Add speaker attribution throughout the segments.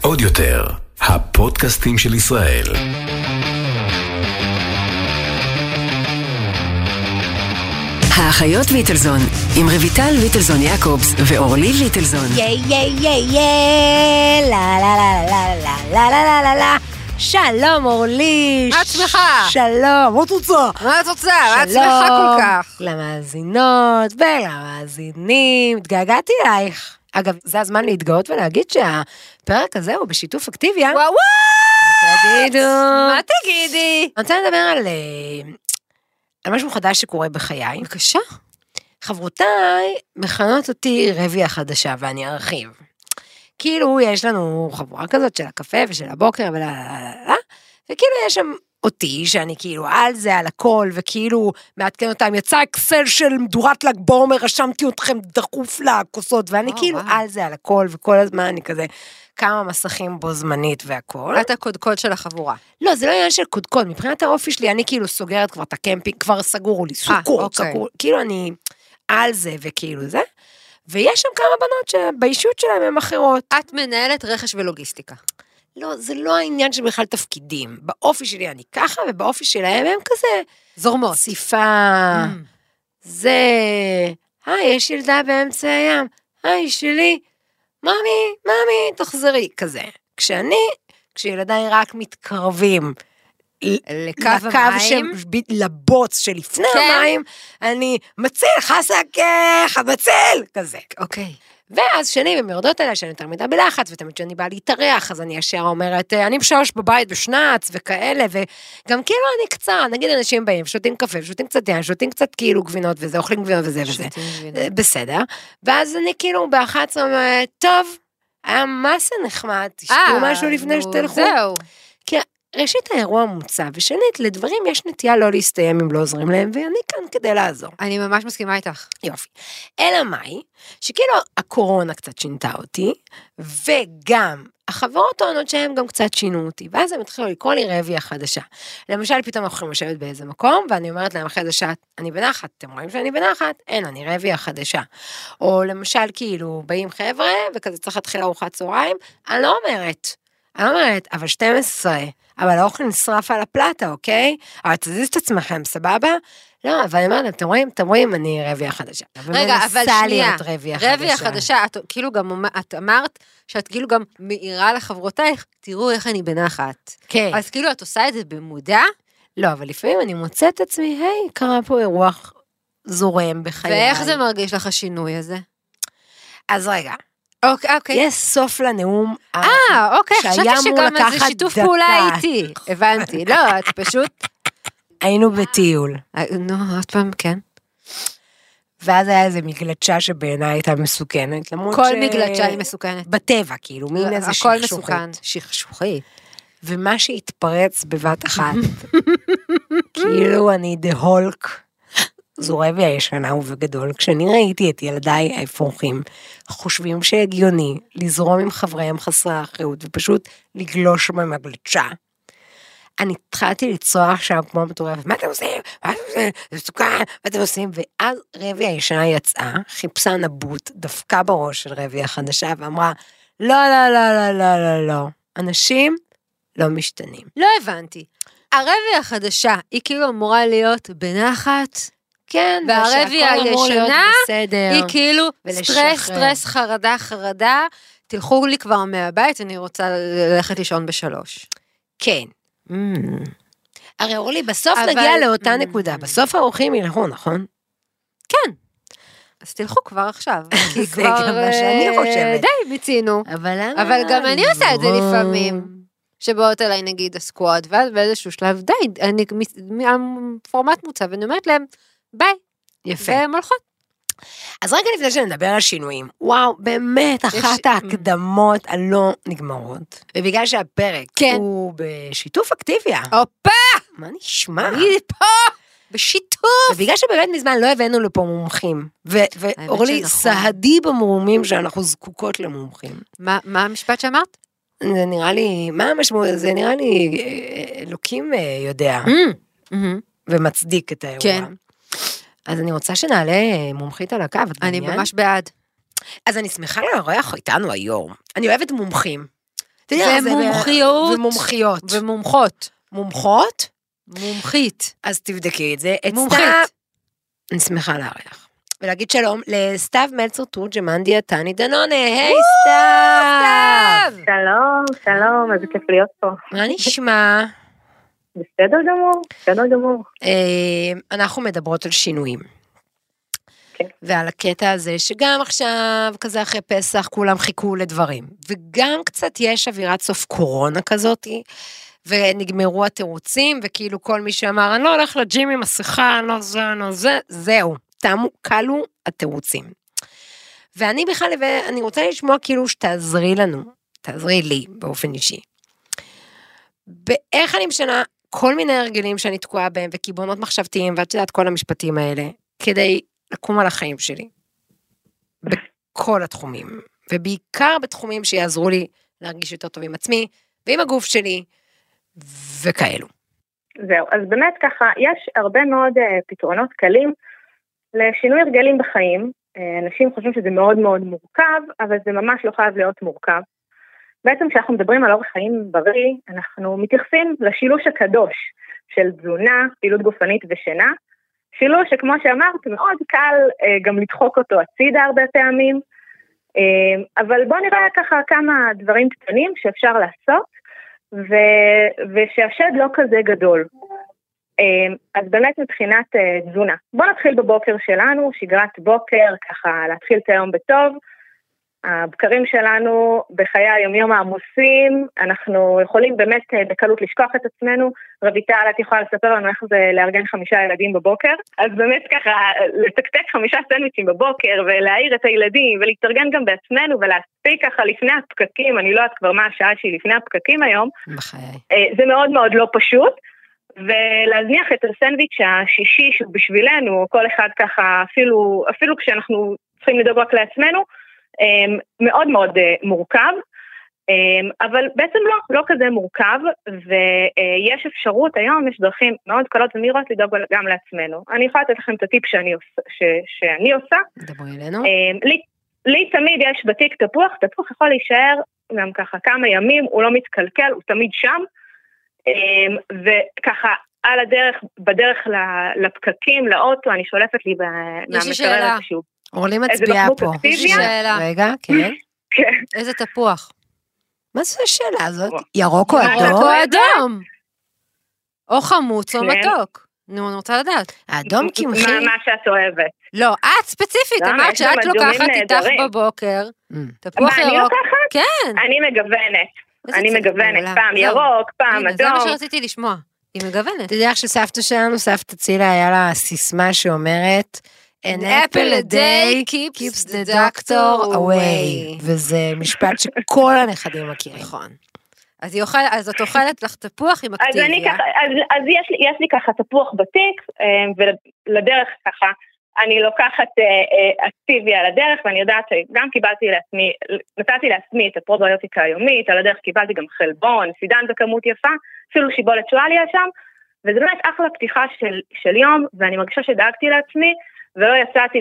Speaker 1: עוד יותר, הפודקאסטים של ישראל.
Speaker 2: האחיות ליטלזון, עם רויטל ליטלזון יעקובס ואורלי ליטלזון.
Speaker 3: ייי ייי ייי ייי, לה לה לה לה לה לה לה לה לה לה שלום אורלי.
Speaker 4: מה את שמחה?
Speaker 3: שלום, מה את רוצה?
Speaker 4: מה את רוצה? מה את שמחה כל כך?
Speaker 3: שלום למאזינות ולמאזינים, התגעגעתי אלייך. אגב, זה הזמן להתגאות ולהגיד שהפרק הזה הוא בשיתוף אקטיביה.
Speaker 4: וואו
Speaker 3: תגידו.
Speaker 4: מה תגידי?
Speaker 3: אני רוצה לדבר על, אה, על משהו חדש שקורה בחיי.
Speaker 4: בבקשה.
Speaker 3: חברותיי מכנות אותי רבי החדשה, ואני ארחיב. כאילו, יש לנו חבורה כזאת של הקפה ושל הבוקר ולה... לה, לה, לה, וכאילו יש שם אותי, שאני כאילו על זה, על הכל, וכאילו מעדכן אותם, יצא אקסל של מדורת ל"ג בעומר, רשמתי אתכם דחוף לכוסות, ואני
Speaker 4: וואו,
Speaker 3: כאילו
Speaker 4: וואו.
Speaker 3: על זה, על הכל, וכל הזמן אני כזה כמה מסכים בו זמנית והכל.
Speaker 4: את הקודקוד של החבורה.
Speaker 3: לא, זה לא עניין של קודקוד, מבחינת האופי שלי, אני כאילו סוגרת כבר את הקמפינג, כבר סגור לי, סוכות,
Speaker 4: אוקיי.
Speaker 3: סגור, כאילו אני על זה וכאילו זה. ויש שם כמה בנות שבאישיות שלהן הן אחרות.
Speaker 4: את מנהלת רכש ולוגיסטיקה.
Speaker 3: לא, זה לא העניין של בכלל תפקידים. באופי שלי אני ככה, ובאופי שלהם הם כזה... זורמות. ציפה,
Speaker 4: Mm.
Speaker 3: זה... היי, יש ילדה באמצע הים. היי, שלי. ממי, ממי, תחזרי. כזה. כשאני, כשילדיי רק מתקרבים
Speaker 4: לקו
Speaker 3: לקו
Speaker 4: המים.
Speaker 3: של, ב- לבוץ שלפני
Speaker 4: כן.
Speaker 3: המים, אני מציל, חסק, אה, מציל, כזה.
Speaker 4: אוקיי.
Speaker 3: ואז שנים הן יורדות עליי שאני יותר מדי בלחץ, ותמיד כשאני באה להתארח, אז אני ישר אומרת, "אה, אני בשלוש בבית בשנץ, וכאלה, וגם כאילו אני קצרה, נגיד אנשים באים, שותים קפה, שותים קצת יין, שותים קצת כאילו גבינות וזה, אוכלים גבינות וזה וזה.
Speaker 4: שותים גבינה.
Speaker 3: אה, בסדר. ואז אני כאילו באחת אומרת, טוב, היה מה זה נחמד, תשתו
Speaker 4: אה,
Speaker 3: משהו לפני
Speaker 4: נו,
Speaker 3: שתלכו.
Speaker 4: זהו.
Speaker 3: ראשית האירוע מוצע, ושנית, לדברים יש נטייה לא להסתיים אם לא עוזרים להם, ואני כאן כדי לעזור.
Speaker 4: אני ממש מסכימה איתך.
Speaker 3: יופי. אלא מאי, שכאילו הקורונה קצת שינתה אותי, וגם החברות טוענות שהן גם קצת שינו אותי, ואז הם התחילו לקרוא לי רבי החדשה. למשל, פתאום אנחנו יכולים לשבת באיזה מקום, ואני אומרת להם אחרי זה שאת, אני בנחת, אתם רואים שאני בנחת? אין, אני רבי החדשה. או למשל, כאילו, באים חבר'ה, וכזה צריך להתחיל ארוחת צהריים, אני לא אומרת. אני לא אומרת, אבל 12, אבל האוכל נשרף על הפלטה, אוקיי? אבל תזיז את עצמכם, סבבה? לא, אבל אני אומרת להם, אתם רואים, אתם רואים, אני רבייה חדשה.
Speaker 4: רגע, אבל שנייה.
Speaker 3: ומנסה להיות רבייה חדשה.
Speaker 4: רבי החדשה, את כאילו גם אומ- את אמרת שאת כאילו גם מעירה לחברותייך, תראו איך אני בנחת.
Speaker 3: כן.
Speaker 4: אז כאילו את עושה את זה במודע,
Speaker 3: לא, אבל לפעמים אני מוצאת את עצמי, היי, קרה פה אירוע זורם בחיי.
Speaker 4: ואיך זה מרגיש לך השינוי הזה?
Speaker 3: אז רגע,
Speaker 4: אוקיי, אוקיי.
Speaker 3: יש סוף לנאום.
Speaker 4: אה, אוקיי,
Speaker 3: שהיה
Speaker 4: חשבתי
Speaker 3: אמור
Speaker 4: שגם זה
Speaker 3: לקחת
Speaker 4: שיתוף
Speaker 3: דקה.
Speaker 4: פעולה איתי. הבנתי. לא, את פשוט...
Speaker 3: היינו בטיול,
Speaker 4: אה, נו, עוד פעם, כן.
Speaker 3: ואז היה איזה מגלשה שבעיניי הייתה מסוכנת, למרות ש...
Speaker 4: כל מגלשה היא מסוכנת. לא,
Speaker 3: בטבע, כאילו, מין איזה
Speaker 4: הכל
Speaker 3: שכשוכית.
Speaker 4: מסוכן. שכשוכי.
Speaker 3: ומה שהתפרץ בבת אחת, כאילו אני דה הולק, זו רבי הישנה ובגדול, כשאני ראיתי את ילדיי האפרוחים, חושבים שהגיוני לזרום עם חבריהם חסרי האחריות ופשוט לגלוש במגלשה. אני התחלתי לצרוח שם כמו מטורף, מה אתם עושים? מה אתם עושים? זה מסוכן, מה אתם עושים? ואז רבי הישנה יצאה, חיפשה נבוט, דפקה בראש של רבי החדשה ואמרה, לא, לא, לא, לא, לא, לא, לא, אנשים לא משתנים.
Speaker 4: לא הבנתי. הרבי החדשה היא כאילו אמורה להיות בנחת,
Speaker 3: כן,
Speaker 4: והרבי
Speaker 3: ושהכל אמור להיות
Speaker 4: הישנה
Speaker 3: בסדר.
Speaker 4: היא כאילו
Speaker 3: כן. ולשחרר.
Speaker 4: סטרס, סטרס, חרדה, חרדה, תלכו לי כבר מהבית, אני רוצה ללכת לישון בשלוש.
Speaker 3: כן. הרי אורלי, בסוף
Speaker 4: אבל-
Speaker 3: נגיע לאותה
Speaker 4: Mm.
Speaker 3: נקודה, בסוף האורחים ילכו, נכון?
Speaker 4: אז תלכו כבר עכשיו, כי
Speaker 3: זה
Speaker 4: כבר...
Speaker 3: גם מה שאני
Speaker 4: אה,
Speaker 3: חושבת.
Speaker 4: די, מיצינו.
Speaker 3: אבל
Speaker 4: אבל נכון. גם אני עושה את זה לפעמים. שבאות אליי נגיד הסקוואד, ואז באיזשהו שלב, די, אני, מ- מ- הפורמט מוצב, ואני אומרת להם, ביי,
Speaker 3: יפה.
Speaker 4: והן הולכות.
Speaker 3: אז רגע לפני שנדבר על שינויים, וואו, באמת,
Speaker 4: יש-
Speaker 3: אחת ההקדמות הלא נגמרות. ובגלל שהפרק
Speaker 4: כן. אה.
Speaker 3: הוא בשיתוף אקטיביה,
Speaker 4: הופה,
Speaker 3: מה נשמע?
Speaker 4: אני פה, בשיתוף.
Speaker 3: ובגלל שבאמת מזמן לא הבאנו לפה מומחים, ו- ואורלי,
Speaker 4: שנכון.
Speaker 3: סהדי במרומים שאנחנו זקוקות למומחים.
Speaker 4: מה מה המשפט שאמרת?
Speaker 3: זה נראה לי, מה המשמעות? זה נראה לי אה, אלוקים אה, יודע
Speaker 4: "אמ, מהמם.
Speaker 3: ומצדיק את האירוע.
Speaker 4: Mm. כן.
Speaker 3: אז אני רוצה שנעלה אה, מומחית על הקו. את
Speaker 4: אני
Speaker 3: בעניין?
Speaker 4: ממש בעד.
Speaker 3: אז אני שמחה לארח איתנו היום. אני אוהבת מומחים. אתה יודע, זה ב-
Speaker 4: ומומחיות.
Speaker 3: ומומחיות.
Speaker 4: ומומחות.
Speaker 3: מומחות?
Speaker 4: מומחית.
Speaker 3: אז תבדקי את זה. את סתיו-
Speaker 4: מומחית.
Speaker 3: אני שמחה לארח. ולהגיד שלום לסתיו מלצר תורג'מן דיאטני דנונה. היי סתיו!
Speaker 4: סתיו!
Speaker 5: שלום, שלום, איזה כיף להיות פה.
Speaker 3: מה נשמע?
Speaker 5: בסדר גמור, בסדר גמור.
Speaker 3: אה, אנחנו מדברות על שינויים.
Speaker 5: כן.
Speaker 3: ועל הקטע הזה שגם עכשיו, כזה אחרי פסח, כולם חיכו לדברים. וגם קצת יש אווירת סוף קורונה כזאתי, ונגמרו התירוצים, וכאילו כל מי שאמר, אני לא הולך לג'ים עם מסכה, אני לא זה, אני לא זה, זהו. תמו, כלו התירוצים. ואני בכלל, ואני רוצה לשמוע כאילו שתעזרי לנו, תעזרי לי באופן אישי. באיך אני משנה כל מיני הרגלים שאני תקועה בהם, וקיבעונות מחשבתיים, ואת יודעת, כל המשפטים האלה, כדי לקום על החיים שלי. בכל התחומים, ובעיקר בתחומים שיעזרו לי להרגיש יותר טוב עם עצמי, ועם הגוף שלי, וכאלו.
Speaker 5: זהו, אז באמת ככה, יש הרבה מאוד אה, פתרונות קלים לשינוי הרגלים בחיים. אה, אנשים חושבים שזה מאוד מאוד מורכב, אבל זה ממש לא חייב להיות מורכב. בעצם כשאנחנו מדברים על אורח חיים בריא, אנחנו מתייחסים לשילוש הקדוש של תזונה, פעילות גופנית ושינה. שילוש שכמו שאמרת, מאוד קל אה, גם לדחוק אותו הצידה הרבה פעמים. אה, אבל בואו נראה ככה כמה דברים קטנים שאפשר לעשות. ו... ושהשד לא כזה גדול. אמ, אז באמת מבחינת אה, תזונה. בואו נתחיל בבוקר שלנו, שגרת בוקר, ככה להתחיל את היום בטוב. הבקרים שלנו בחיי היומיום העמוסים, אנחנו יכולים באמת אה, בקלות לשכוח את עצמנו. רויטל, את יכולה לספר לנו איך זה לארגן חמישה ילדים בבוקר? אז באמת ככה, אה, לתקתק חמישה סנדוויצ'ים בבוקר ולהעיר את הילדים ולהתארגן גם בעצמנו ולהספיק ככה לפני הפקקים, אני לא יודעת כבר מה השעה שהיא לפני הפקקים היום,
Speaker 3: בחיי.
Speaker 5: אה, זה מאוד מאוד לא פשוט, ולהזניח את הסנדוויץ' השישי שהוא בשבילנו, כל אחד ככה, אפילו, אפילו כשאנחנו צריכים לדאוג רק לעצמנו, אה, מאוד מאוד אה, מורכב. אה, אבל בעצם לא, לא כזה מורכב, ויש אפשרות, היום יש דרכים מאוד קלות ומהירות לדאוג גם לעצמנו. אני יכולה לתת לכם את הטיפ שאני עושה, ש, שאני עושה,
Speaker 3: דברי אלינו.
Speaker 5: אמ, לי, לי תמיד יש בתיק תפוח, תפוח יכול להישאר גם ככה כמה ימים, הוא לא מתקלקל, הוא תמיד שם. אמ, וככה, על הדרך, בדרך ל- לפקקים, לאוטו, אני שולפת לי ב-
Speaker 4: יש לי
Speaker 5: מהמקרר
Speaker 4: שאלה.
Speaker 5: איזשהו...
Speaker 3: אורלי
Speaker 5: איזה
Speaker 3: מצביעה
Speaker 5: בחור
Speaker 3: פה.
Speaker 5: אקטיביה?
Speaker 4: יש לי שאלה.
Speaker 3: רגע, כן.
Speaker 5: כן,
Speaker 4: איזה תפוח.
Speaker 3: מה זו השאלה הזאת?
Speaker 5: וואו.
Speaker 3: ירוק או
Speaker 5: מה אתה
Speaker 3: אדום?
Speaker 4: או אדום. או חמוץ או
Speaker 5: כן.
Speaker 4: מתוק. נו, אני רוצה לדעת.
Speaker 3: האדום קמחי?
Speaker 5: מה, מה שאת אוהבת.
Speaker 4: לא, את ספציפית,
Speaker 5: למה?
Speaker 4: אמרת
Speaker 5: יש גם
Speaker 4: שאת
Speaker 5: אדומים
Speaker 4: לוקחת איתך
Speaker 5: נהדרים.
Speaker 4: בבוקר
Speaker 3: אמ,
Speaker 5: מה,
Speaker 4: תפוח
Speaker 5: אני
Speaker 4: ירוק.
Speaker 5: לוקחת?
Speaker 4: כן.
Speaker 5: אני מגוונת.
Speaker 4: איזה
Speaker 5: אני
Speaker 4: צוות
Speaker 5: מגוונת,
Speaker 4: מעולה.
Speaker 5: פעם
Speaker 4: זהו.
Speaker 5: ירוק, פעם
Speaker 4: הנה, זה מה
Speaker 5: אדום.
Speaker 4: שרציתי לשמוע. היא מגוונת.
Speaker 3: אתה יודע איך שסבתא שלנו, סבתא צילה, היה לה סיסמה שאומרת, An apple a day keeps the doctor away. וזה משפט שכל הנכדים מכירים.
Speaker 4: נכון. אז היא אוכלת, אז את אוכלת לך תפוח עם
Speaker 5: אז אני
Speaker 4: אקטיביה.
Speaker 5: ככה, אז, אז יש, לי, יש לי ככה תפוח בתיק, אה, ולדרך ככה, אני לוקחת אה, אה, אקטיביה לדרך, ואני יודעת שגם קיבלתי לעצמי, נתתי לעצמי את הפרוביוטיקה היומית, על הדרך קיבלתי גם חלבון, סידן בכמות יפה, אפילו שיבולת שואה לי היה שם, וזה באמת אחלה פתיחה של, של יום, ואני מרגישה שדאגתי לעצמי, ולא יצאתי,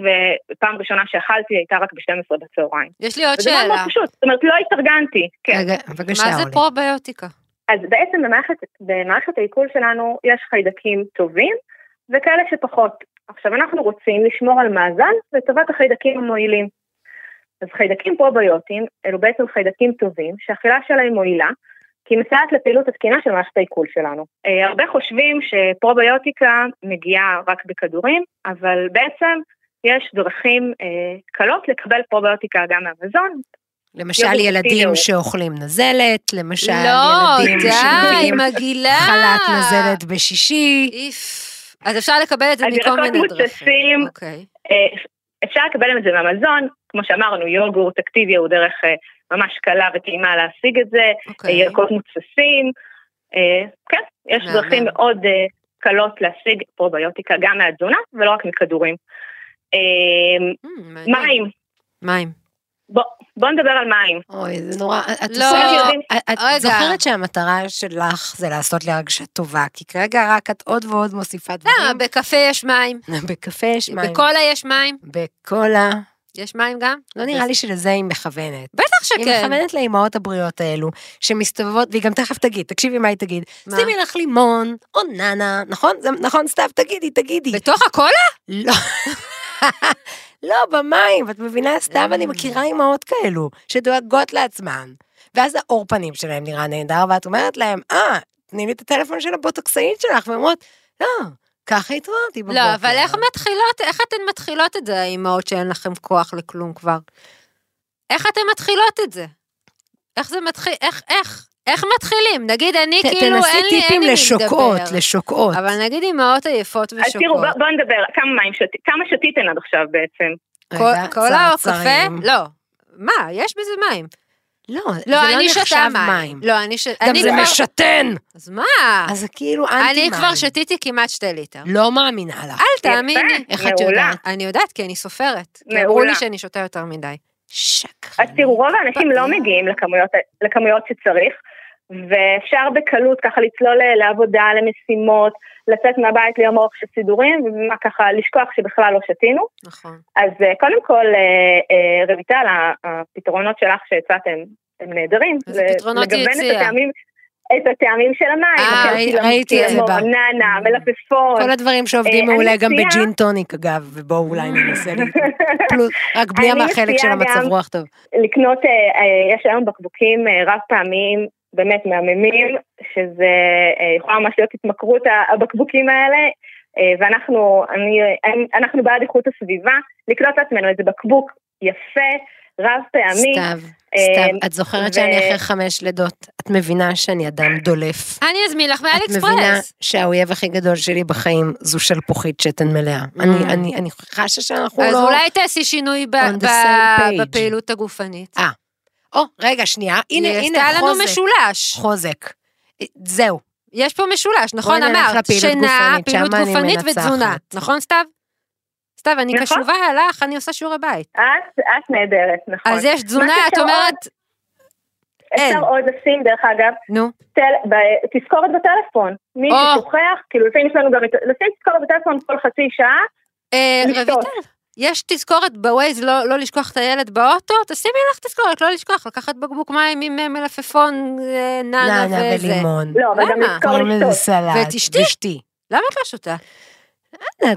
Speaker 5: ופעם ראשונה שאכלתי הייתה רק ב-12 בצהריים.
Speaker 4: יש לי עוד
Speaker 5: וזה מאוד מאוד
Speaker 4: שאלה.
Speaker 5: פשוט, זאת אומרת, לא התארגנתי. כן.
Speaker 3: רגע, בבקשה,
Speaker 4: מה זה
Speaker 3: אורלי.
Speaker 4: פרוביוטיקה?
Speaker 5: אז בעצם במערכת, במערכת העיכול שלנו יש חיידקים טובים וכאלה שפחות. עכשיו, אנחנו רוצים לשמור על מאזן לטובת החיידקים המועילים. אז חיידקים פרוביוטיים אלו בעצם חיידקים טובים שהאכילה שלהם מועילה, כי היא מסייעת לפעילות התקינה של מערכת העיכול שלנו. אה, הרבה חושבים שפרוביוטיקה מגיעה רק בכדורים, אבל בעצם יש דרכים אה, קלות לקבל פרוביוטיקה גם מהמזון.
Speaker 3: למשל
Speaker 5: יוגורט
Speaker 3: ילדים
Speaker 5: פילאו.
Speaker 3: שאוכלים נזלת, למשל
Speaker 4: כאילו. לא,
Speaker 3: ילדים
Speaker 4: די,
Speaker 3: שאוכלים
Speaker 4: מגעילה.
Speaker 3: חלת נזלת בשישי.
Speaker 4: איף. אז אפשר לקבל את זה
Speaker 5: אז
Speaker 4: מכל
Speaker 5: ירקות
Speaker 4: מיני דרכים.
Speaker 5: מוצצים.
Speaker 4: אוקיי.
Speaker 5: אה, אפשר לקבל את זה מהמזון, כמו שאמרנו, יוגורט אקטיבי הוא דרך אה, ממש קלה וטעימה להשיג את זה, אה,
Speaker 4: אוקיי.
Speaker 5: ירקות מוצסים, אה, כן, יש
Speaker 4: מהמם.
Speaker 5: דרכים מאוד אה, קלות להשיג פרוביוטיקה גם מהתזונה ולא רק מכדורים. אה,
Speaker 4: אמ, מעניין.
Speaker 5: מים,
Speaker 4: מים.
Speaker 5: בואו נדבר על מים.
Speaker 3: אוי, זה נורא, את
Speaker 4: לא,
Speaker 3: עושה,
Speaker 5: יודעים-
Speaker 3: את- את
Speaker 4: רגע.
Speaker 3: זוכרת שהמטרה שלך זה לעשות לי הרגשה טובה, כי כרגע רק את עוד ועוד
Speaker 4: אה,
Speaker 3: מוסיפה דברים.
Speaker 4: למה? בקפה יש מים.
Speaker 3: בקפה יש מים.
Speaker 4: בקולה יש מים.
Speaker 3: בקולה.
Speaker 4: יש מים גם?
Speaker 3: לא נראה לי שלזה היא מכוונת.
Speaker 4: בטח
Speaker 3: היא
Speaker 4: שכן.
Speaker 3: מכוונת לאימהות הבריאות האלו, שמסתובבות, והיא גם תכף תגיד, תקשיבי מה היא תגיד.
Speaker 4: מה?
Speaker 3: שימי לך לימון, או ננה, נכון? זה- נכון, סתיו, תגידי, תגידי.
Speaker 4: בתוך הקולה?
Speaker 3: לא. לא, במים, את מבינה, סתיו,
Speaker 4: אה.
Speaker 3: אני מכירה אימהות כאלו, שדואגות לעצמן. ואז האור פנים שלהם נראה נהדר, ואת אומרת להם, אה, תני לי את הטלפון של הבוטוקסאית שלך, והן אומרות, לא, ככה התעוררתי בבוקר.
Speaker 4: לא, אבל איך מתחילות, איך אתן מתחילות את זה, האימהות שאין לכם כוח לכלום כבר? איך אתן מתחילות את זה? איך זה מתחיל, איך, איך? איך מתחילים? נגיד אני
Speaker 3: ת-
Speaker 4: כאילו אין
Speaker 3: תנסי
Speaker 4: לי, אין
Speaker 3: טיפים
Speaker 4: לי מי
Speaker 3: לשוקות,
Speaker 4: לדבר.
Speaker 3: לשוקות.
Speaker 4: אבל נגיד אימהות עייפות
Speaker 5: אז תראו,
Speaker 4: ושוקות.
Speaker 5: בוא- בואו נדבר, כמה מים שתית, כמה שתיתן עד עכשיו בעצם?
Speaker 3: רגע,
Speaker 4: כל- קולה או קפה?
Speaker 3: צרצרים.
Speaker 4: לא. מה, יש בזה מים.
Speaker 3: לא, זה
Speaker 4: לא, אני
Speaker 3: לא
Speaker 4: שותה
Speaker 3: נחשב
Speaker 4: מים.
Speaker 3: מים.
Speaker 4: לא, אני ש-
Speaker 3: גם
Speaker 4: אני
Speaker 3: זה
Speaker 4: כבר-
Speaker 3: משתן.
Speaker 4: אז מה?
Speaker 3: אז זה כאילו אנטי מים.
Speaker 4: אני כבר שתיתי כמעט שתי ליטר.
Speaker 3: לא מאמינה לך.
Speaker 4: אל תאמיני.
Speaker 3: איך את
Speaker 5: מעולה.
Speaker 3: יודעת?
Speaker 4: אני יודעת, כי אני סופרת. כי אמרו
Speaker 5: מעולה.
Speaker 4: לי שאני שותה יותר מדי.
Speaker 3: שקרן.
Speaker 5: אז תראו, רוב האנשים לא
Speaker 4: פתיר.
Speaker 5: מגיעים לכמויות, לכמויות שצריך, ואפשר בקלות ככה לצלול אה, לעבודה, למשימות, לצאת מהבית ליום ארוך של סידורים, ומה ככה, לשכוח שבכלל לא שתינו.
Speaker 4: נכון.
Speaker 5: אז אה, קודם כל, אה, אה, רויטל, ה- הפתרונות שלך שהצעתם הם נהדרים.
Speaker 4: איזה
Speaker 5: זה
Speaker 4: פתרונות היא
Speaker 5: לגוון את
Speaker 4: הציעה?
Speaker 5: הטעמים- את הטעמים של המים, אוקיי,
Speaker 4: אה,
Speaker 5: הקרח,
Speaker 3: ראי- ראיתי את זה
Speaker 5: לימון,
Speaker 3: ב-
Speaker 5: נענע, מלפפון,
Speaker 3: כל הדברים
Speaker 5: אה,
Speaker 3: שעובדים
Speaker 5: אני
Speaker 3: מעולה גם
Speaker 5: מציעה-
Speaker 3: בג'ין טוניק אגב, ובואו אולי ננסה להתפלפלות, רק בלי
Speaker 5: אני
Speaker 3: החלק של
Speaker 5: מציעה
Speaker 3: המצב
Speaker 5: גם-
Speaker 3: רוח טוב.
Speaker 5: לקנות, אה, אה, יש היום בקבוקים אה, רב פעמיים, באמת מהממים, שזה אה, יכולה ממש להיות התמכרות ה- הבקבוקים האלה, אה, ואנחנו אני, אני, אנחנו בעד איכות הסביבה, לקנות לעצמנו איזה בקבוק יפה, רב פעמי,
Speaker 3: סתיו,
Speaker 5: אה,
Speaker 3: סתיו, את זוכרת
Speaker 5: ו-
Speaker 3: שאני אחרי חמש לידות, את מבינה שאני אדם דולף.
Speaker 4: אני אזמין לך
Speaker 3: את מבינה
Speaker 4: מאליקספרס.
Speaker 3: שהאויב הכי גדול שלי בחיים זו שלפוחית שתן מלאה. אני- אני אני חשה שאנחנו לא...
Speaker 4: Mm. אז אולי תעשי שינוי ב-
Speaker 3: On the
Speaker 4: ב-
Speaker 3: same page.
Speaker 4: בפעילות הגופנית.
Speaker 3: או, רגע, שנייה, הנה,
Speaker 4: היא
Speaker 3: הנה,
Speaker 4: עשתה לנו
Speaker 3: חוזק.
Speaker 4: משולש.
Speaker 3: חוזק. זהו.
Speaker 4: יש פה משולש, נכון?
Speaker 3: נלך
Speaker 4: אמרת.
Speaker 3: לפעילות
Speaker 4: שינה,
Speaker 3: גופנית,
Speaker 4: פעילות
Speaker 3: שמה אני
Speaker 4: גופנית
Speaker 3: מנצחת.
Speaker 4: ותזונה. נכון, סתיו? סתיו, אני
Speaker 5: נכון.
Speaker 4: קשובה לך, אני עושה שיעורי בית.
Speaker 5: את, את נהדרת, נכון.
Speaker 4: אז יש תזונה,
Speaker 5: מה
Speaker 4: את
Speaker 5: ששעון-
Speaker 4: אומרת, אין.
Speaker 5: אפשר עוד לשים, דרך אגב,
Speaker 4: נו,
Speaker 5: טל, ב- תזכורת בטלפון. מי
Speaker 4: או.
Speaker 5: ששוכח, כאילו לפעמים יש לנו גם, את- לשים תזכורת בטלפון כל חצי שעה,
Speaker 4: אה,
Speaker 5: לשתות.
Speaker 4: רויטל, יש תזכורת בווייז לא, לא לשכוח את הילד באוטו? תשימי לך תזכורת, לא לשכוח, לקחת בקבוק מים עם אה, מלפפון, אה, נענה
Speaker 3: נענה
Speaker 4: וזה.
Speaker 3: ולימון.
Speaker 5: לא, אבל גם
Speaker 4: למה?
Speaker 5: לזכור
Speaker 3: קוראים לזה
Speaker 5: לשתות.
Speaker 3: סלט.
Speaker 4: ואת אשתי?
Speaker 3: אשתי.
Speaker 4: למה את לא שותה?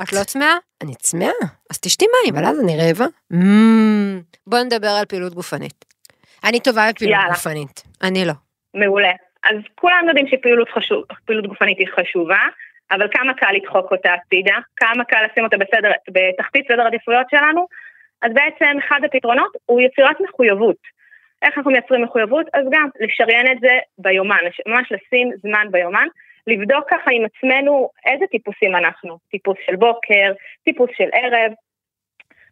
Speaker 4: את לא צמאה?
Speaker 3: אני צמאה,
Speaker 4: אז תשתי מים.
Speaker 3: אבל אז אני רעבה.
Speaker 4: אמ, בוא נדבר על פעילות גופנית.
Speaker 3: אני טובה בפעילות
Speaker 5: יאללה.
Speaker 3: גופנית.
Speaker 4: אני לא.
Speaker 5: מעולה. אז כולם יודעים שפעילות חשוב, פעילות גופנית היא חשובה, אבל כמה קל לדחוק אותה הצידה, כמה קל לשים אותה בסדר, בתחתית סדר עדיפויות שלנו, אז בעצם אחד הפתרונות הוא יצירת מחויבות. איך אנחנו מייצרים מחויבות? אז גם לשריין את זה ביומן, לש- ממש לשים זמן ביומן, לבדוק ככה עם עצמנו איזה טיפוסים אנחנו, טיפוס של בוקר, טיפוס של ערב.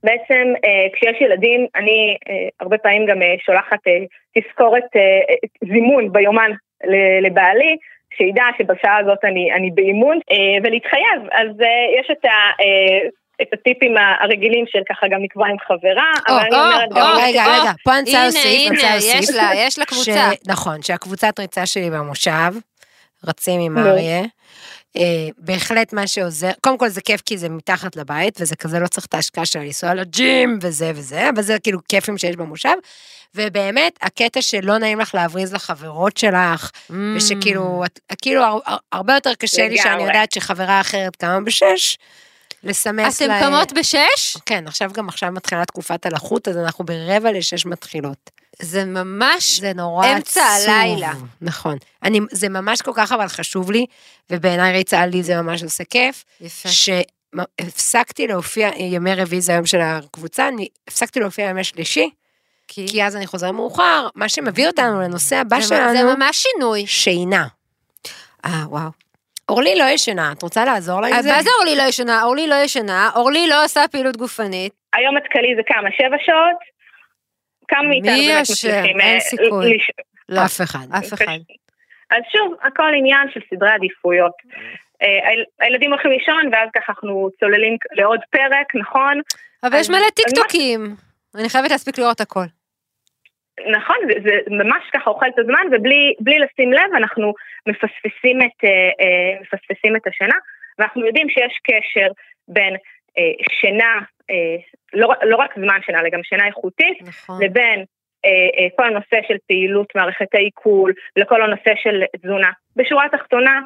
Speaker 5: בעצם אה, כשיש ילדים, אני אה, הרבה פעמים גם אה, שולחת אה, תזכורת, אה, אה, זימון ביומן ל- לבעלי, שידע שבשעה הזאת אני, אני באימון, אה, ולהתחייב. אז אה, יש את, ה, אה, את הטיפים ה- הרגילים של ככה גם לקבוע עם חברה,
Speaker 4: או,
Speaker 5: אבל אני
Speaker 4: או,
Speaker 5: אומרת
Speaker 4: או,
Speaker 5: גם... לא.
Speaker 3: רגע,
Speaker 4: או,
Speaker 3: רגע, פה אני רוצה
Speaker 4: הנה,
Speaker 3: להוסיף, אני
Speaker 4: הנה,
Speaker 3: רוצה
Speaker 4: יש
Speaker 3: להוסיף.
Speaker 4: לה, יש לה קבוצה.
Speaker 3: ש- נכון, שהקבוצת ריצה שלי במושב, רצים עם האריה. אה, בהחלט מה שעוזר, קודם כל זה כיף כי זה מתחת לבית, וזה כזה לא צריך את ההשקעה של לנסוע לג'ים וזה וזה, אבל זה כאילו כיפים שיש במושב. ובאמת, הקטע שלא נעים לך להבריז לחברות שלך,
Speaker 4: אמ,
Speaker 3: ושכאילו, את- כאילו הר- הר- הרבה יותר קשה לי שאני
Speaker 5: לגמרי.
Speaker 3: יודעת שחברה אחרת קמה בשש, לסמס
Speaker 4: Mm. אתם
Speaker 3: לה...
Speaker 4: קמות בשש?
Speaker 3: כן, עכשיו גם עכשיו מתחילה תקופת הלחות, אז אנחנו ברבע לשש מתחילות.
Speaker 4: זה ממש...
Speaker 3: זה נורא עצוב.
Speaker 4: אמצע הלילה.
Speaker 3: נכון. אני, זה ממש כל כך אבל חשוב לי, ובעיניי ריצה לי זה ממש עושה כיף,
Speaker 4: יפה.
Speaker 3: שהפסקתי להופיע, ימי רביעי זה היום של הקבוצה, אני הפסקתי להופיע ימי שלישי, כי אז אני חוזר מאוחר, מה שמביא אותנו לנושא הבא
Speaker 4: זה מ- זה
Speaker 3: שלנו,
Speaker 4: ממש שינוי.
Speaker 3: שינה.
Speaker 4: אה, וואו.
Speaker 3: אורלי לא ישנה, את רוצה לעזור לה עם
Speaker 4: אז
Speaker 3: זה?
Speaker 4: מה זה אורלי לא ישנה? אורלי לא ישנה, אורלי לא עושה פעילות גופנית.
Speaker 5: היום התקלי זה כמה? שבע שעות? כמה
Speaker 4: מי
Speaker 5: מאיתנו באמת
Speaker 4: אשם?
Speaker 5: מצליחים?
Speaker 4: אין
Speaker 5: אה,
Speaker 4: סיכוי.
Speaker 5: לש-
Speaker 4: לא,
Speaker 3: אף אחד.
Speaker 4: אף
Speaker 5: אוקיי.
Speaker 4: אחד.
Speaker 5: אז שוב, הכל עניין של סדרי עדיפויות. אה, היל- הילדים הולכים לישון, ואז ככה אנחנו צוללים לעוד פרק, נכון?
Speaker 4: אבל יש
Speaker 5: אז-
Speaker 4: מלא
Speaker 5: אז מה-
Speaker 4: טיקטוקים. אני חייבת להספיק לראות הכל.
Speaker 5: נכון, זה, זה ממש ככה אוכל את הזמן, ובלי בלי לשים לב אנחנו מפספסים את, אה, אה, מפספסים את השינה, ואנחנו יודעים שיש קשר בין אה, שינה אה, לא, לא רק זמן שינה, אלא גם שינה איכותית,
Speaker 4: נכון.
Speaker 5: לבין אה, אה, כל הנושא של פעילות מערכת העיכול, לכל הנושא של תזונה. בשורה התחתונה,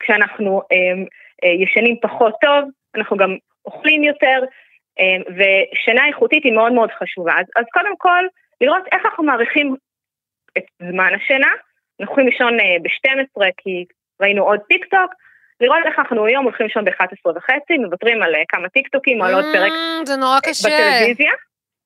Speaker 5: כשאנחנו אה, אה, ישנים פחות טוב, אנחנו גם אוכלים יותר, אה, ושינה איכותית היא מאוד מאוד חשובה. אז, אז קודם כל, לראות איך אנחנו מעריכים את זמן השינה. אנחנו יכולים לישון אה, ב-12 כי ראינו עוד טיקטוק, לראות איך אנחנו היום הולכים לישון ב-11 וחצי, מוותרים על אה, כמה טיקטוקים, על עוד פרק
Speaker 4: Mm, זה נורא קשה.
Speaker 5: בטלוויזיה.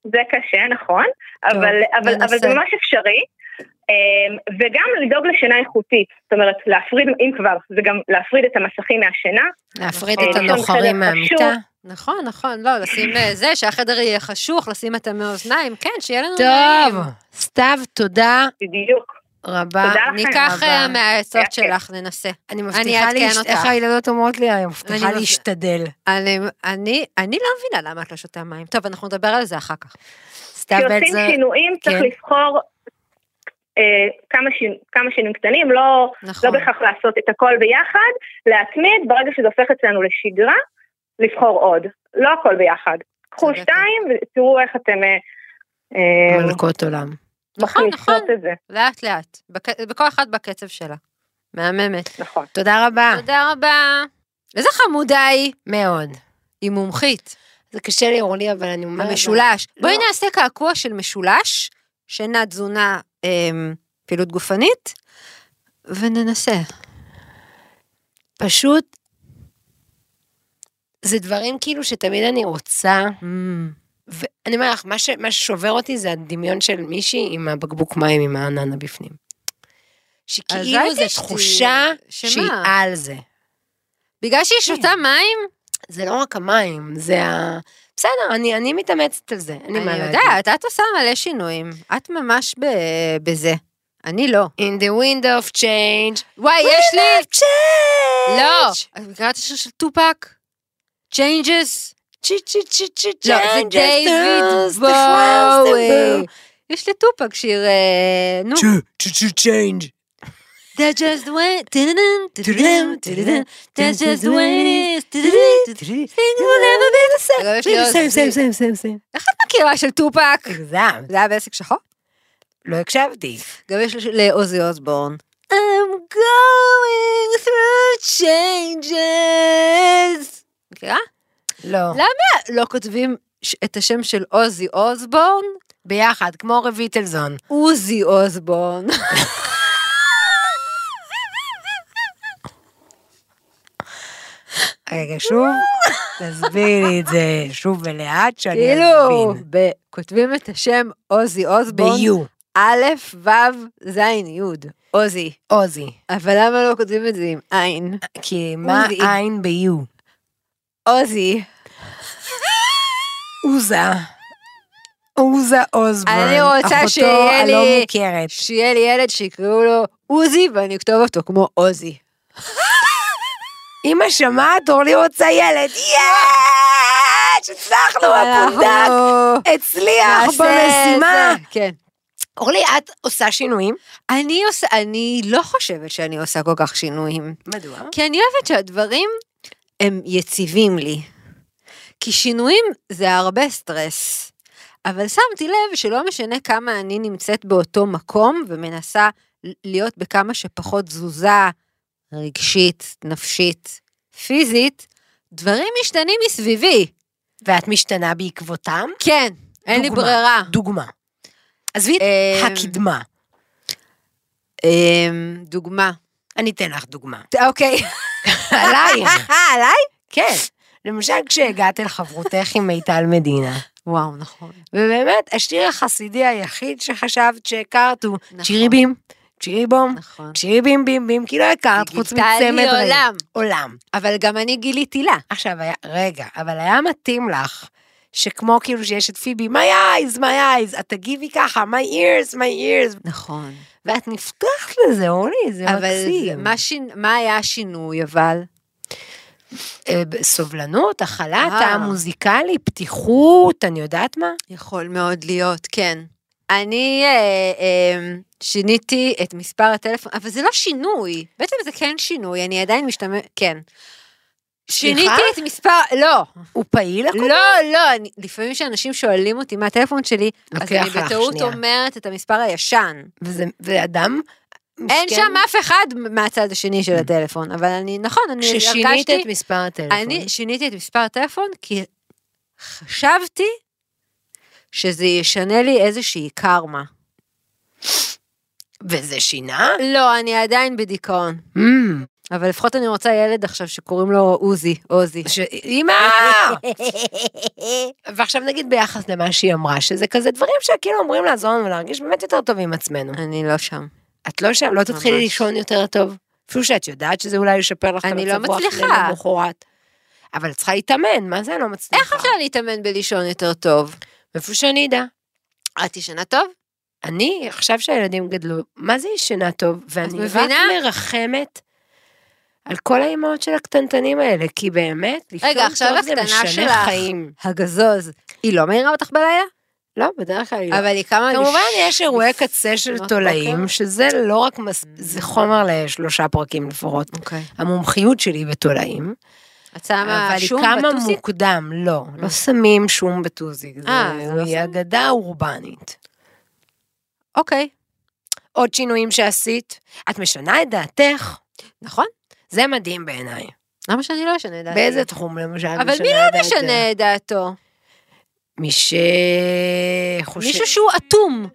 Speaker 5: זה קשה, נכון,
Speaker 4: טוב,
Speaker 5: אבל, אבל,
Speaker 4: ננסה.
Speaker 5: אבל זה ממש אפשרי. אמ, וגם לדאוג לשינה איכותית, זאת אומרת, להפריד, אם כבר, זה גם להפריד את המסכים מהשינה.
Speaker 3: להפריד
Speaker 4: את
Speaker 3: את
Speaker 5: לישון
Speaker 3: הנוח.
Speaker 5: חדר
Speaker 4: הנוחרים מהמיטה.
Speaker 5: חשוך.
Speaker 4: נכון, נכון, לא, לשים אה, זה, שהחדר יהיה חשוך, לשים את המאזניים, כן, שיהיה לנו נעים.
Speaker 3: טוב, סתיו, תודה
Speaker 5: בדיוק.
Speaker 3: רבה.
Speaker 5: תודה לכם.
Speaker 4: ניקח אה,
Speaker 3: רבה.
Speaker 4: מהעצות
Speaker 5: היה כיף.
Speaker 4: שלך, ננסה.
Speaker 3: אני
Speaker 4: אעדכן
Speaker 3: מבטיחה להשתדל,
Speaker 4: אותך. לא-
Speaker 3: איך הילדות אומרות לי, אני מבטיחה
Speaker 4: מבטיח-
Speaker 3: להשתדל.
Speaker 4: אני, אני, אני לא מבינה למה את לא שותה מים. טוב, אנחנו נדבר על זה אחר כך.
Speaker 3: סתיו בן
Speaker 5: כשעושים
Speaker 3: זר,
Speaker 5: שינויים צריך
Speaker 3: כן.
Speaker 5: לבחור אה, כמה שינו- כמה שינויים קטנים, לא
Speaker 4: נכון.
Speaker 5: לא בהכרח לעשות את הכל ביחד, להתמיד, ברגע שזה הופך אצלנו לשגרה, לבחור עוד. לא הכל ביחד. קחו
Speaker 4: צודקת.
Speaker 5: שתיים ותראו איך אתם אה, אה,
Speaker 3: מלכות עולם.
Speaker 4: נכון, נכון.
Speaker 5: מכניסות את זה.
Speaker 4: לאט לאט. בק- בכל אחת בקצב שלה. מהממת.
Speaker 5: נכון.
Speaker 3: תודה רבה,
Speaker 4: תודה רבה. איזה חמודה היא.
Speaker 3: מאוד.
Speaker 4: היא מומחית.
Speaker 3: זה קשה לי, אורלי, אבל
Speaker 4: אה,
Speaker 3: אני אומרת...
Speaker 4: המשולש.
Speaker 3: לא.
Speaker 4: בואי נעשה קעקוע של משולש, שינה, תזונה, אמ, פעילות גופנית, וננסה.
Speaker 3: פשוט, זה דברים כאילו שתמיד אני רוצה,
Speaker 4: Mm.
Speaker 3: ואני אומר לך, מה, ש... מה ששובר אותי זה הדמיון של מישהי עם הבקבוק מים עם העננה בפנים.
Speaker 4: אל
Speaker 3: שכאילו זו
Speaker 4: תשתי.
Speaker 3: תחושה
Speaker 4: שמה?
Speaker 3: שהיא על זה.
Speaker 4: בגלל שהיא שותה מים?
Speaker 3: זה לא רק המים, זה ה... בסדר, אני, אני מתאמצת על זה, אין לי מה
Speaker 4: אני
Speaker 3: להגיד.
Speaker 4: יודעת, את עושה מלא שינויים. את ממש ב- בזה. אני לא.
Speaker 3: In the wind of change.
Speaker 4: וואי, יש לי...
Speaker 3: change!
Speaker 4: לא. את מכירה את השיר של טופק? Changes?
Speaker 3: צ'י צ'י צ'י צ'י
Speaker 4: לא, זה דיוויד בואי. יש לטופק שיר, אה, נו.
Speaker 3: צ'י צ'י צ'יינג'.
Speaker 4: That's just the way, טה-דן, טה-דן, טה-דן, That's just the way it is. טה-דן, טה-דן. Things will never be the same.
Speaker 3: לא,
Speaker 4: יש לי עוד-
Speaker 3: סיים, סיים, סיים.
Speaker 4: איך את מכירה של טופק?
Speaker 3: הגזם.
Speaker 4: זה היה בעסק שחור?
Speaker 3: לא הקשבתי.
Speaker 4: גם יש לש- לעוזי אוסבורן. I'm going through changes. מכירה?
Speaker 3: לא.
Speaker 4: לא כותבים ש- את השם של עוזי אוסבורן,
Speaker 3: ביחד, כמו רביטלזון.
Speaker 4: עוזי אוסבורן.
Speaker 3: רגע, שוב, תסביר לי את זה שוב ולאט, שאני
Speaker 4: כאילו,
Speaker 3: אבין.
Speaker 4: ב- כותבים את השם עוזי אוסבורן,
Speaker 3: ב-U,
Speaker 4: א', ו', ז', י', עוזי.
Speaker 3: עוזי.
Speaker 4: אבל למה לא כותבים את זה עם עין?
Speaker 3: כי מה
Speaker 4: עוזי.
Speaker 3: עין ב-U?
Speaker 4: עוזי.
Speaker 3: עוזה. עוזה אוסבורן.
Speaker 4: אני רוצה
Speaker 3: אחותו
Speaker 4: שיהיה
Speaker 3: הלא
Speaker 4: לי-
Speaker 3: מוכרת.
Speaker 4: שיהיה לי ילד שיקראו לו עוזי ואני אכתוב אותו כמו עוזי.
Speaker 3: אמא שמעת, אורלי רוצה ילד. יש! הצלחנו, לא, הפונדק
Speaker 4: אנחנו
Speaker 3: הצליח
Speaker 4: אה, נעשה
Speaker 3: במשימה.
Speaker 4: את זה, כן.
Speaker 3: אורלי, את עושה שינויים.
Speaker 4: אני עושה, אני לא חושבת שאני עושה כל כך שינויים.
Speaker 3: מדוע?
Speaker 4: כי אני אוהבת שהדברים הם יציבים לי. כי שינויים זה הרבה סטרס. אבל שמתי לב שלא משנה כמה אני נמצאת באותו מקום ומנסה ל- להיות בכמה שפחות תזוזה רגשית, נפשית, פיזית, דברים משתנים מסביבי.
Speaker 3: ואת משתנה בעקבותם?
Speaker 4: כן, אין לי
Speaker 3: דוגמה.
Speaker 4: ברירה.
Speaker 3: דוגמה. עזבי את
Speaker 4: אה,
Speaker 3: הקדמה.
Speaker 4: אמ, דוגמה.
Speaker 3: אני אתן לך דוגמה.
Speaker 4: ת- אוקיי.
Speaker 3: עלייך.
Speaker 4: עליי?
Speaker 3: כן. למשל, כשהגעת אל חברותך עם מיטל מדינה,
Speaker 4: וואו, נכון.
Speaker 3: ובאמת, השיר החסידי היחיד שחשבת שהכרת הוא
Speaker 4: נכון.
Speaker 3: צ'יריבים, צ'יריבום,
Speaker 4: נכון.
Speaker 3: צ'יריבים בים בים, כאילו הכרת, חוץ מצמד
Speaker 4: גילתה לי
Speaker 3: רגל.
Speaker 4: עולם.
Speaker 3: עולם.
Speaker 4: אבל גם אני גיליתי לה.
Speaker 3: עכשיו, היה, רגע, אבל היה מתאים לך, שכמו כאילו שיש את פיבי, my eyes, my eyes, את תגיבי ככה, my ears, my ears,
Speaker 4: נכון.
Speaker 3: ואת נפתחת לזה, אורלי, זה
Speaker 4: אבל
Speaker 3: מקסים.
Speaker 4: מה, שינ... מה היה השינוי אבל?
Speaker 3: אה, ב- סובלנות, הכלה,
Speaker 4: אה.
Speaker 3: טעם מוזיקלי, פתיחות, אני יודעת מה?
Speaker 4: יכול מאוד להיות, כן. אני אה, אה, שיניתי את מספר הטלפון, אבל זה לא שינוי. בעצם זה כן שינוי, אני עדיין משתמש... כן. שיניתי את מספר, לא,
Speaker 3: הוא פעיל הקודם?
Speaker 4: לא, לא, אני- לפעמים כשאנשים שואלים אותי מה הטלפון שלי, אז
Speaker 3: לוקח
Speaker 4: אני
Speaker 3: לך
Speaker 4: בטעות
Speaker 3: שנייה.
Speaker 4: אומרת את המספר הישן.
Speaker 3: וזה, ואדם...
Speaker 4: אין
Speaker 3: מסכן,
Speaker 4: שם אף אחד מהצד השני של הטלפון, אבל אני, נכון, אני הרגשתי...
Speaker 3: ששינית Mm. את מספר הטלפון.
Speaker 4: אני שיניתי את מספר הטלפון כי חשבתי שזה ישנה לי איזושהי קרמה.
Speaker 3: וזה שינה?
Speaker 4: לא, אני עדיין בדיכאון.
Speaker 3: אמ,
Speaker 4: אבל לפחות אני רוצה ילד עכשיו שקוראים לו עוזי, עוזי.
Speaker 3: ש- אמא! ועכשיו נגיד ביחס למה שהיא אמרה, שזה כזה דברים שכאילו אמורים לעזור לנו להרגיש באמת יותר טוב עם עצמנו.
Speaker 4: אני לא שם.
Speaker 3: את לא שם, לא תתחילי
Speaker 4: ממש.
Speaker 3: לישון יותר טוב. אפילו שאת יודעת שזה אולי ישפר לך את
Speaker 4: אני לא
Speaker 3: המצב רוח
Speaker 4: מצליחה.
Speaker 3: למחרת. אבל את צריכה להתאמן, מה זה אני לא מצליחה?
Speaker 4: איך אפשר להתאמן בלישון יותר טוב?
Speaker 3: איפה שאני אדע.
Speaker 4: את ישנה טוב?
Speaker 3: אני, עכשיו שהילדים גדלו, מה זה ישנה טוב? ואני רק
Speaker 4: מבינה?
Speaker 3: מרחמת על כל האימהות של הקטנטנים האלה, כי באמת, לישון
Speaker 4: רגע, עכשיו
Speaker 3: טוב זה
Speaker 4: הקטנה
Speaker 3: משנה
Speaker 4: שלך.
Speaker 3: חיים.
Speaker 4: הגזוז. היא לא מעירה אותך בלילה?
Speaker 3: לא, בדרך כלל היא לא.
Speaker 4: אבל היא קמה...
Speaker 3: כמובן
Speaker 4: לש-
Speaker 3: יש אירועי קצה של
Speaker 4: לפנות
Speaker 3: תולעים,
Speaker 4: בוקר.
Speaker 3: שזה לא רק מס... זה חומר לשלושה פרקים לפחות.
Speaker 4: אוקיי.
Speaker 3: המומחיות שלי בתולעים,
Speaker 4: את שמה
Speaker 3: אבל היא
Speaker 4: שום
Speaker 3: קמה
Speaker 4: בטוסיק?
Speaker 3: מוקדם, לא, לא שמים שום בטוזיק, זה-
Speaker 4: אה, אז לא
Speaker 3: היא
Speaker 4: שמים.
Speaker 3: אגדה אורבנית.
Speaker 4: אוקיי.
Speaker 3: עוד שינויים שעשית, את משנה את דעתך,
Speaker 4: נכון.
Speaker 3: זה מדהים בעיניי.
Speaker 4: למה שאני לא אשנה את דעתי?
Speaker 3: באיזה תחום למשל
Speaker 4: אבל מי
Speaker 3: משנה את
Speaker 4: לא
Speaker 3: דעתך?
Speaker 4: משנה את דעתו?
Speaker 3: מי שחושב...
Speaker 4: מישהו שהוא אטום,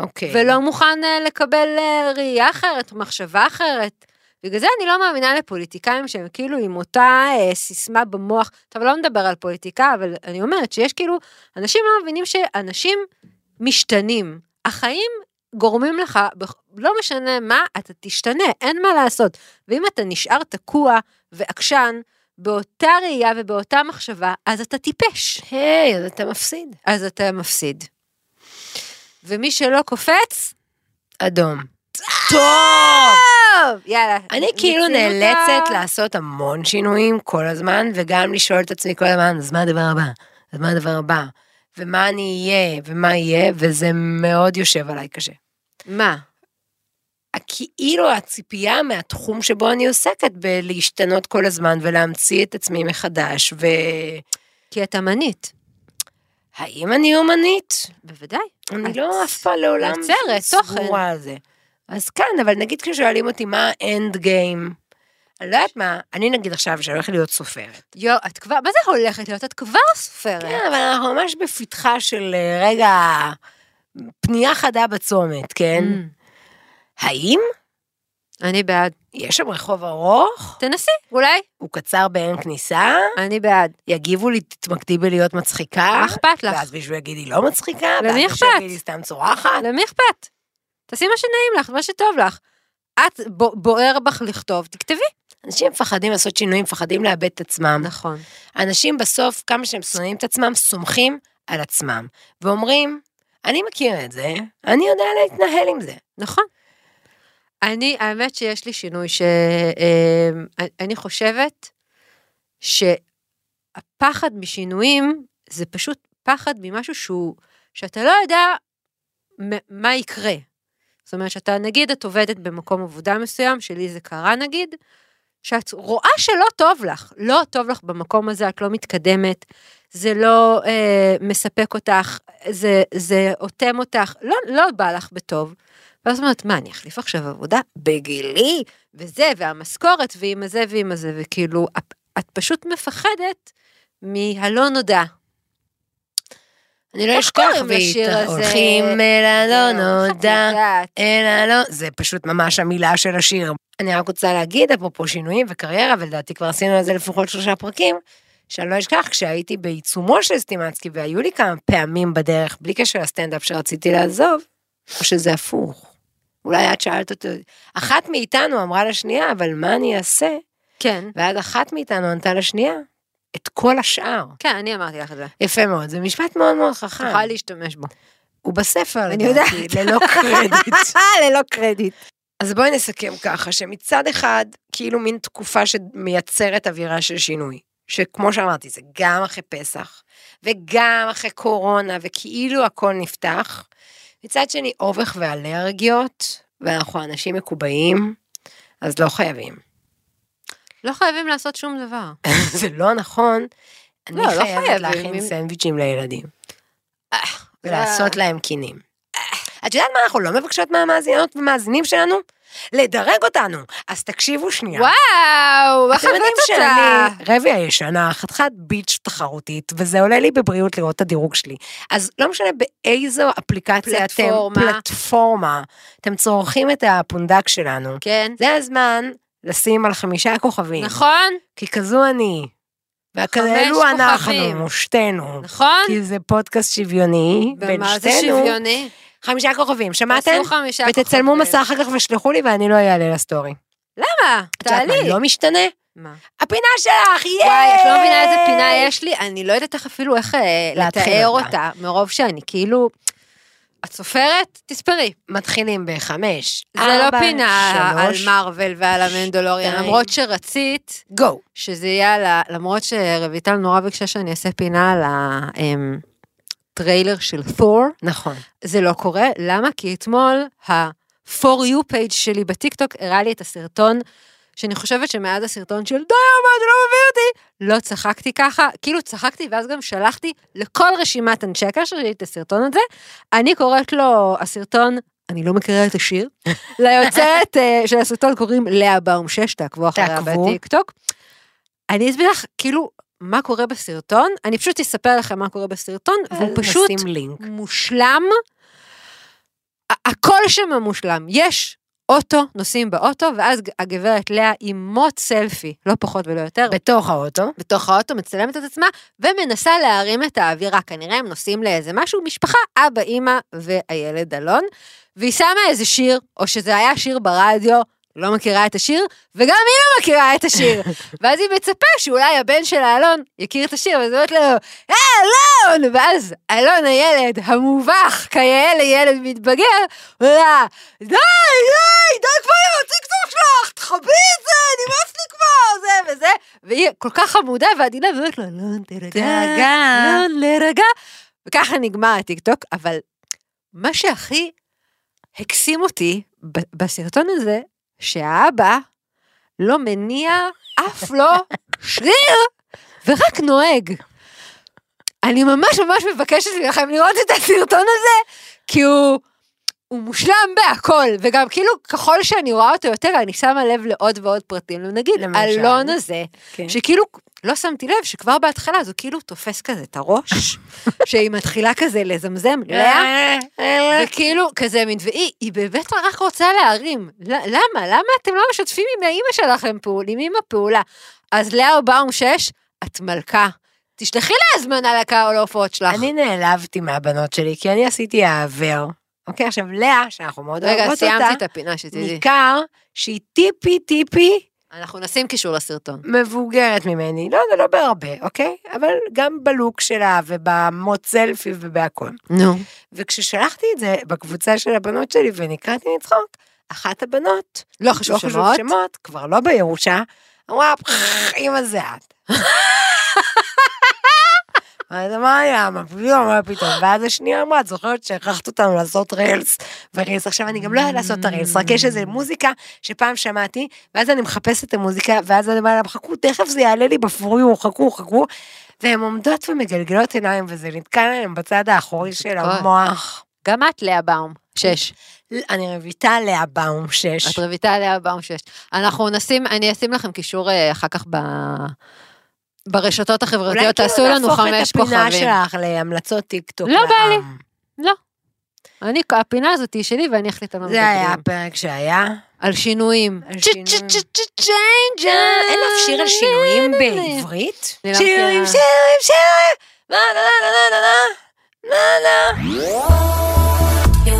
Speaker 3: אוקיי.
Speaker 4: ולא מוכן אה, לקבל אה, ראייה אחרת, מחשבה אחרת. בגלל זה אני לא מאמינה לפוליטיקאים שהם כאילו עם אותה אה, סיסמה במוח. טוב, לא נדבר על פוליטיקה, אבל אני אומרת שיש כאילו, אנשים לא מבינים שאנשים משתנים. החיים גורמים לך, בכ- לא משנה מה, אתה תשתנה, אין מה לעשות. ואם אתה נשאר תקוע ועקשן באותה ראייה ובאותה מחשבה, אז אתה טיפש.
Speaker 3: היי, אז אתה מפסיד.
Speaker 4: אז אתה מפסיד. ומי שלא קופץ,
Speaker 3: אדום. טוב!
Speaker 4: טוב, יאללה.
Speaker 3: אני כאילו
Speaker 4: מיצינו את
Speaker 3: נאלצת
Speaker 4: ה-
Speaker 3: לעשות המון שינויים כל הזמן, וגם לשאול את עצמי כל הזמן, אז מה הדבר הבא? אז מה הדבר הבא? ומה אני אהיה? ומה יהיה? וזה מאוד יושב עליי קשה.
Speaker 4: מה?
Speaker 3: כאילו הציפייה מהתחום שבו אני עוסקת בלהשתנות כל הזמן ולהמציא את עצמי מחדש, והאם
Speaker 4: כי את אמנית.
Speaker 3: אני אומנית?
Speaker 4: בוודאי.
Speaker 3: אני
Speaker 4: את
Speaker 3: לא אף פעם לעולם
Speaker 4: יוצרת תוכן.
Speaker 3: סגורה על זה. אז כן, אבל נגיד כששואלים אותי מה האנד גיים, אני לא יודעת מה, אני נגיד עכשיו שהולכת להיות סופרת.
Speaker 4: יו, את כבר, מה זה הולכת להיות? את כבר סופרת.
Speaker 3: כן, אבל אנחנו ממש בפתחה של אה, רגע, פנייה חדה בצומת, כן?
Speaker 4: Mm.
Speaker 3: האם
Speaker 4: אני בעד.
Speaker 3: יש שם רחוב ארוך,
Speaker 4: תנסי, אולי.
Speaker 3: הוא קצר באין כניסה,
Speaker 4: אני בעד. אה?
Speaker 3: יגיבו לי, תתמקדי בלהיות מצחיקה,
Speaker 4: מה אכפת לך?
Speaker 3: ואז מישהו יגיד לי לא מצחיקה, ואז
Speaker 4: למי
Speaker 3: מישהו
Speaker 4: אכפת?
Speaker 3: יגיד לי סתם צורחת.
Speaker 4: למי אכפת? תעשי מה שנעים לך, מה שטוב לך. את, בו- בוער בך לכתוב, תכתבי.
Speaker 3: אנשים מפחדים לעשות שינויים, מפחדים לאבד את עצמם.
Speaker 4: נכון.
Speaker 3: אנשים בסוף, כמה שהם שונאים את עצמם, סומכים על עצמם. ואומרים, אני מכיר את זה, אני יודע להתנהל עם זה.
Speaker 4: נכון. אני, האמת שיש לי שינוי, שאני חושבת שהפחד משינויים זה פשוט פחד ממשהו שהוא, שאתה לא יודע מ- מה יקרה. זאת אומרת שאתה, נגיד את עובדת במקום עבודה מסוים, שלי זה קרה נגיד, שאת רואה שלא טוב לך, לא טוב לך במקום הזה, את לא מתקדמת, זה לא אה, מספק אותך, זה, זה אוטם אותך, לא, לא בא לך בטוב. ואז אומרת, מה, אני אחליף עכשיו עבודה? בגילי, וזה, והמשכורת, ועם הזה ועם הזה, וכאילו, את, את פשוט מפחדת מהלא נודע.
Speaker 3: אני לא
Speaker 4: איך
Speaker 3: אשכח,
Speaker 4: קוראים לשיר הזה?
Speaker 3: והולכים אל הלא
Speaker 4: איך את
Speaker 3: נודע,
Speaker 4: יודעת?
Speaker 3: אל הלא... לא, זה פשוט ממש המילה של השיר. אני רק רוצה להגיד, אפרופו שינויים וקריירה, ולדעתי כבר עשינו על זה לפחות שלושה פרקים, שאני לא אשכח, כשהייתי בעיצומו של סטימצקי, והיו לי כמה פעמים בדרך, בלי קשר לסטנדאפ שרציתי לעזוב, או שזה הפוך. אולי את שאלת אותו, אחת מאיתנו אמרה לשנייה, אבל מה אני אעשה?
Speaker 4: כן,
Speaker 3: ואז אחת מאיתנו ענתה לשנייה את כל השאר.
Speaker 4: כן, אני אמרתי לך את זה.
Speaker 3: יפה מאוד, זה משפט מאוד מאוד חכם.
Speaker 4: את יכולה להשתמש בו.
Speaker 3: הוא בספר,
Speaker 4: אני יודעת.
Speaker 3: ללא קרדיט.
Speaker 4: ללא קרדיט.
Speaker 3: אז בואי נסכם ככה, שמצד אחד, כאילו מין תקופה שמייצרת אווירה של שינוי. שכמו שאמרתי, זה גם אחרי פסח, וגם אחרי קורונה, וכאילו הכל נפתח. מצד שני, אובך ואלרגיות, ואנחנו אנשים מקובעים, אז לא חייבים.
Speaker 4: לא חייבים לעשות שום דבר.
Speaker 3: זה לא נכון. אני
Speaker 4: לא, לא
Speaker 3: חייבת
Speaker 4: חייבים.
Speaker 3: להכין
Speaker 4: אם-
Speaker 3: סנדוויצ'ים לילדים,
Speaker 4: אה,
Speaker 3: ולעשות להם קינים. את יודעת מה אנחנו לא מבקשות מהמאזינות ומאזינים שלנו? לדרג אותנו. אז תקשיבו שנייה.
Speaker 4: וואו, מה
Speaker 3: אתם
Speaker 4: חבט
Speaker 3: יודעים
Speaker 4: אותה?
Speaker 3: שאני רבי הישנה, חתיכת ביץ' תחרותית, וזה עולה לי בבריאות לראות את הדירוג שלי. אז לא משנה באיזו אפליקציה אתם,
Speaker 4: פלטפורמה.
Speaker 3: פלטפורמה, אתם צורכים את הפונדק שלנו.
Speaker 4: כן,
Speaker 3: זה הזמן לשים על חמישה כוכבים.
Speaker 4: נכון,
Speaker 3: כי כזו אני. וכאלו
Speaker 4: כוכבים.
Speaker 3: אנחנו, שתינו.
Speaker 4: נכון.
Speaker 3: כי זה פודקאסט שוויוני, בין
Speaker 4: ומה זה
Speaker 3: שתינו.
Speaker 4: שוויוני?
Speaker 3: חמישה כוכבים, שמעתם?
Speaker 4: תעשו חמישה
Speaker 3: ותצלמו
Speaker 4: כוכבים.
Speaker 3: מסע אחר כך ושלחו לי ואני לא אעלה לסטורי.
Speaker 4: למה?
Speaker 3: את יודעת מה
Speaker 4: תעלי.
Speaker 3: לא משתנה?
Speaker 4: מה?
Speaker 3: הפינה שלך, יאי!
Speaker 4: וואי, את לא מבינה איזה פינה יש לי? אני לא יודעת איך אפילו איך אה,
Speaker 3: להתחיל
Speaker 4: לתאר
Speaker 3: אותה.
Speaker 4: אותה, מרוב שאני כאילו... את סופרת? תספרי.
Speaker 3: מתחילים בחמש,
Speaker 4: זה לא
Speaker 3: ארבע,
Speaker 4: פינה על
Speaker 3: שלוש,
Speaker 4: מארוול ועל המנדולוריאן,
Speaker 3: שתיים.
Speaker 4: למרות שרצית
Speaker 3: גו.
Speaker 4: שזה יהיה על ה... למרות שרויטל נורא ביקשה שאני אעשה פינה על הטריילר של תור,
Speaker 3: נכון.
Speaker 4: זה לא קורה. למה? כי אתמול ה-for you page שלי בטיקטוק הראה לי את הסרטון, שאני חושבת שמאז הסרטון של די אמא, אתה לא מביא אותי, לא צחקתי ככה, כאילו צחקתי ואז גם שלחתי לכל רשימת אנשי הקשר שלי את הסרטון הזה. אני קוראת לו הסרטון, אני לא מכירה את השיר, ליוצרת אה, של הסרטון קוראים לאה באום שש, תעקבו אחריה
Speaker 3: תעקבו.
Speaker 4: בטיקטוק. אני אסביר לך, כאילו, מה קורה בסרטון, אני פשוט אספר לכם מה קורה בסרטון, והוא פשוט
Speaker 3: אה, נשים לינק.
Speaker 4: מושלם. ה- הכל שם מושלם. יש אוטו, נוסעים באוטו, ואז ג- הגברת לאה עם מוט סלפי, לא פחות ולא יותר,
Speaker 3: בתוך האוטו.
Speaker 4: בתוך האוטו מצלמת את עצמה, ומנסה להרים את האווירה. כנראה הם נוסעים לאיזה משהו, משפחה, אבא, אימא והילד אלון, והיא שמה איזה שיר, או שזה היה שיר ברדיו, לא מכירה את השיר, וגם היא לא מכירה את השיר. ואז היא מצפה שאולי הבן שלה, אלון, יכיר את השיר, ואז היא אומרת לו, "אה, אלון! ואז אלון הילד, המובך, כיאה לילד מתבגר, אומר לה, די, די, די כבר עם הטיקטוק שלך, תכבי את זה, נמאס לי כבר, זה וזה. והיא כל כך חמודה ועדינה, ואומרת לו, אלון, תירגע, אלון, לא להירגע. וככה נגמר הטיקטוק, אבל מה שהכי הקסים אותי ב- בסרטון הזה, שהאבא לא מניע אף לא שריר, ורק נוהג. אני ממש ממש מבקשת מכם לראות את הסרטון הזה, כי הוא, הוא מושלם בהכל, וגם כאילו ככל שאני רואה אותו יותר, אני שמה לב לעוד ועוד פרטים. נגיד,
Speaker 3: למשל?
Speaker 4: אלון הזה,
Speaker 3: כן.
Speaker 4: שכאילו, לא שמתי לב שכבר בהתחלה אז הוא כאילו תופס כזה את הראש, שהיא מתחילה כזה לזמזם, לאה,
Speaker 3: אה.
Speaker 4: וכאילו כזה מין, והיא היא באמת רק רוצה להרים. ל- למה? למה אתם לא משתפים עם האימא שלכם פעול, עם אימא פעולה? אז לאה באום 6, את מלכה. תשלחי לה הזמנה לקהל ההופעות שלך.
Speaker 3: אני נעלבתי מהבנות שלי, כי אני עשיתי העבר. אוקיי, עכשיו לאה, שאנחנו מאוד אוהבות
Speaker 4: רגע,
Speaker 3: אותה,
Speaker 4: סיימתי את הפינה שתדעי.
Speaker 3: ניכר שהיא טיפי טיפי
Speaker 4: אנחנו נשים קישור לסרטון.
Speaker 3: מבוגרת ממני, לא, זה לא בהרבה, אוקיי? אבל גם בלוק שלה ובמוט סלפי ובהכל.
Speaker 4: נו.
Speaker 3: וכששלחתי את זה בקבוצה של הבנות שלי ונקראתי מצחוק, אחת הבנות,
Speaker 4: לא חשוב
Speaker 3: לא חשוב
Speaker 4: שמות.
Speaker 3: שמות, כבר לא בירושה, אמרה, "פח, אמא זה את. אז אמרה לי, "למה? פתאום, מה פתאום? ואז השנייה אמרה, את זוכרת שהכרחת אותנו לעשות רילס ורילס? עכשיו אני גם לא יודעת לעשות את הרילס, רק יש איזה מוזיקה שפעם שמעתי, ואז אני מחפשת את המוזיקה, ואז אני אומרת להם, חכו, תכף זה יעלה לי בפוריו, חכו, חכו. והן עומדות ומגלגלות עיניים, וזה נתקע להן בצד האחורי של
Speaker 4: כל-
Speaker 3: המוח.
Speaker 4: גם את לאה באום. שש.
Speaker 3: אני רויטל לאה באום
Speaker 4: את
Speaker 3: שש.
Speaker 4: רויטל לאה באום שש. אנחנו נשים, אני אשים לכם קישור אה, אחר כך ב... ברשתות
Speaker 3: אולי
Speaker 4: החברתיות,
Speaker 3: כאילו
Speaker 4: תעשו לנו
Speaker 3: נהפוך
Speaker 4: חמש
Speaker 3: את הפינה
Speaker 4: כוכבים.
Speaker 3: שלך להמלצות טיקטוק
Speaker 4: לא בא לי.
Speaker 3: לעם.
Speaker 4: אני, הפינה הזאת היא שלי ואני אחליט על מה
Speaker 3: זה היה
Speaker 4: מדברים.
Speaker 3: הפרק שהיה.
Speaker 4: על שינויים.
Speaker 3: על
Speaker 4: צ'-
Speaker 3: שינויים.
Speaker 4: צ'- צ'- צ'- צ'יינג'ר.
Speaker 3: אה, אין לך שיר על שינויים בעברית?
Speaker 4: אני לא
Speaker 3: שינויים,
Speaker 4: מכירה.
Speaker 3: שינויים, שינויים! מה, לא, לא, לא, לא, לא, לא, לא.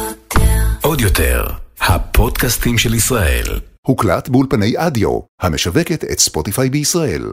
Speaker 1: עוד יותר, הפודקאסטים של ישראל.
Speaker 6: הוקלט באולפני אדיו, המשווקת את ספוטיפיי בישראל.